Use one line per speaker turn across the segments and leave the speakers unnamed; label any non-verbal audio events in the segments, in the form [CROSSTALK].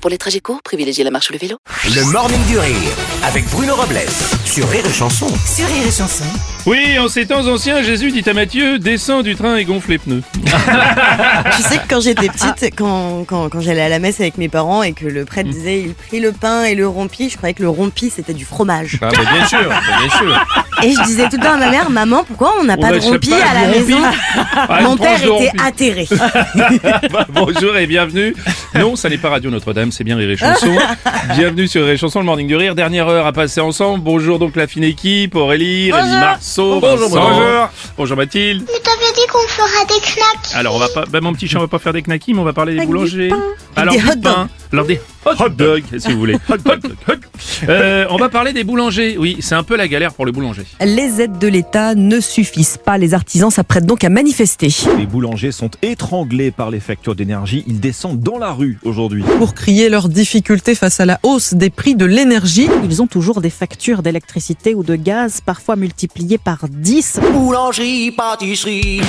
Pour les trajets courts, privilégiez la marche ou le vélo.
Le Morning du Rire avec Bruno Robles sur Rire et Chanson.
Sur Rire et Chanson.
Oui, en ces temps anciens, Jésus dit à Matthieu, descends du train et gonfle les pneus.
Tu sais que quand j'étais petite, quand, quand, quand j'allais à la messe avec mes parents et que le
Mm.
prêtre disait il prit le pain et le rompit, je croyais que le rompit c'était du fromage.
Ah, bah, bien sûr, bah, bien sûr.
Et je disais tout le temps à ma mère, maman, pourquoi on n'a
On
pas de
n'achète
rompi
pas
à la
du rompi.
maison [LAUGHS]
Ah, une
Mon
tranche
père
de
était
rompi.
atterré.
[LAUGHS]
Eh,
Bah, bonjour et bienvenue. Non, ça n'est pas Radio Notre-Dame, c'est bien Rire et Chanson.
[LAUGHS]
bienvenue sur Rire et Chanson, le Morning du Rire. Dernière heure à passer ensemble. Bonjour donc la fine équipe, Aurélie, Rémi Marceau, bonjour, bonjour. bonjour Mathilde.
Mais t'avais dit qu'on fera des knacks.
Alors on va pas, bah, mon petit chat, on va pas faire des knackis, mais on va parler des
Avec du
boulangers. Bah,
pain.
Alors
Des
du
hot dogs.
pain. alors des hot dogs, si vous voulez. [LAUGHS] Hot dog, hot dog. Euh, on va parler des boulangers. Oui, c'est un peu la galère pour le boulanger.
Les aides de l'État ne suffisent pas. Les artisans s'apprêtent donc à manifester.
Les boulangers sont étranglés par les factures d'énergie. Ils descendent dans la rue aujourd'hui.
Pour crier leurs difficultés face à la hausse des prix de l'énergie, ils ont toujours des factures d'électricité ou de gaz, parfois multipliées par 10.
Boulangerie, pâtisserie,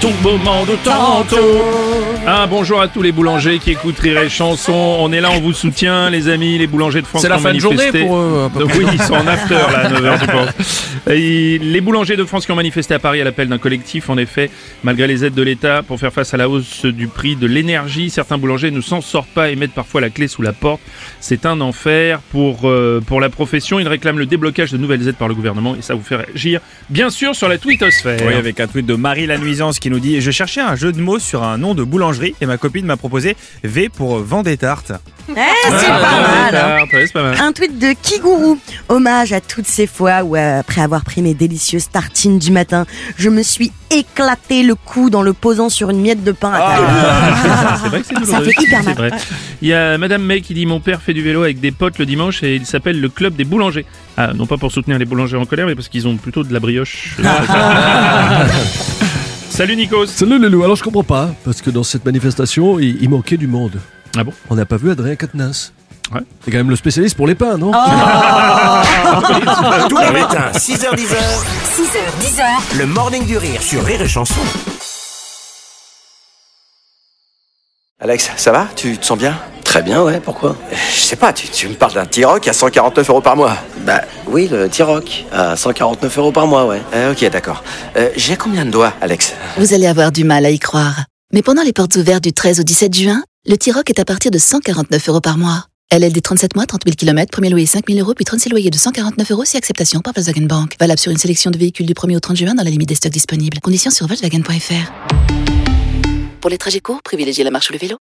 Tout moment de tantôt. Un Ah, bonjour à tous les boulangers qui écoutent Rire et Chanson. On est là, on vous soutient, les amis, les boulangers de France.
C'est la
qui ont
fin de journée
manifesté.
pour eux, à peu
Donc oui, ils sont en after là, à 9h, je
[LAUGHS]
pense. Et les boulangers de France qui ont manifesté à Paris à l'appel d'un collectif, en effet, malgré les aides de l'État pour faire face à la hausse du prix de l'énergie, certains boulangers ne s'en sortent pas et mettent parfois la clé sous la porte. C'est un enfer pour, euh, pour la profession. Ils réclament le déblocage de nouvelles aides par le gouvernement et ça vous fait agir, bien sûr, sur la tweetosphère.
Oui, avec un tweet de Marie la Nuisance qui nous dit Je cherchais un jeu de mots sur un nom de boulangerie et ma copine m'a proposé V pour Vendétarte.
Eh, c'est
Ah,
pas mal. hein.
tarte, ouais, c'est pas mal.
Un tweet de Kiguru. Hommage à toutes ces fois où, euh, après avoir pris mes délicieuses tartines du matin, je me suis éclaté le cou dans le posant sur une miette de pain à table.
Ah, [LAUGHS] c'est vrai que c'est
Ça
douloureux.
fait hyper
C'est
mal.
vrai. Il y a Madame May qui dit Mon père fait du vélo avec des potes le dimanche et il s'appelle le club des boulangers. Ah, non pas pour soutenir les boulangers en colère, mais parce qu'ils ont plutôt de la
[LAUGHS]
brioche. Salut Nikos
Salut Lelou, alors je comprends pas, parce que dans cette manifestation, il, il manquait du monde.
Ah bon
On n'a pas vu Adrien Quatennens.
Ouais.
C'est quand même le spécialiste pour les pains, non
tous les matins, 6h10,
6h, 10h.
le Morning du Rire sur Rire et Chanson.
Alex, ça va Tu te sens bien
Très bien, ouais, pourquoi
Euh, Je sais pas, tu, tu me parles d'un T-Rock à 149 euros par mois.
Bah oui, le T-Rock, à 149 euros par mois, ouais.
Euh, ok, d'accord. Euh, J'ai combien de doigts, Alex
Vous allez avoir du mal à y croire. Mais pendant les portes ouvertes du 13 au 17 juin, le T-Rock est à partir de 149 euros par mois. LLD 37 mois, 30 000 km, premier loyer 5 000 euros, puis 36 loyers de 149 euros si acceptation par Volkswagen Bank. Valable sur une sélection de véhicules du 1er au 30 juin dans la limite des stocks disponibles. Conditions sur Volkswagen.fr. Pour les trajets courts, privilégiez la marche ou le vélo.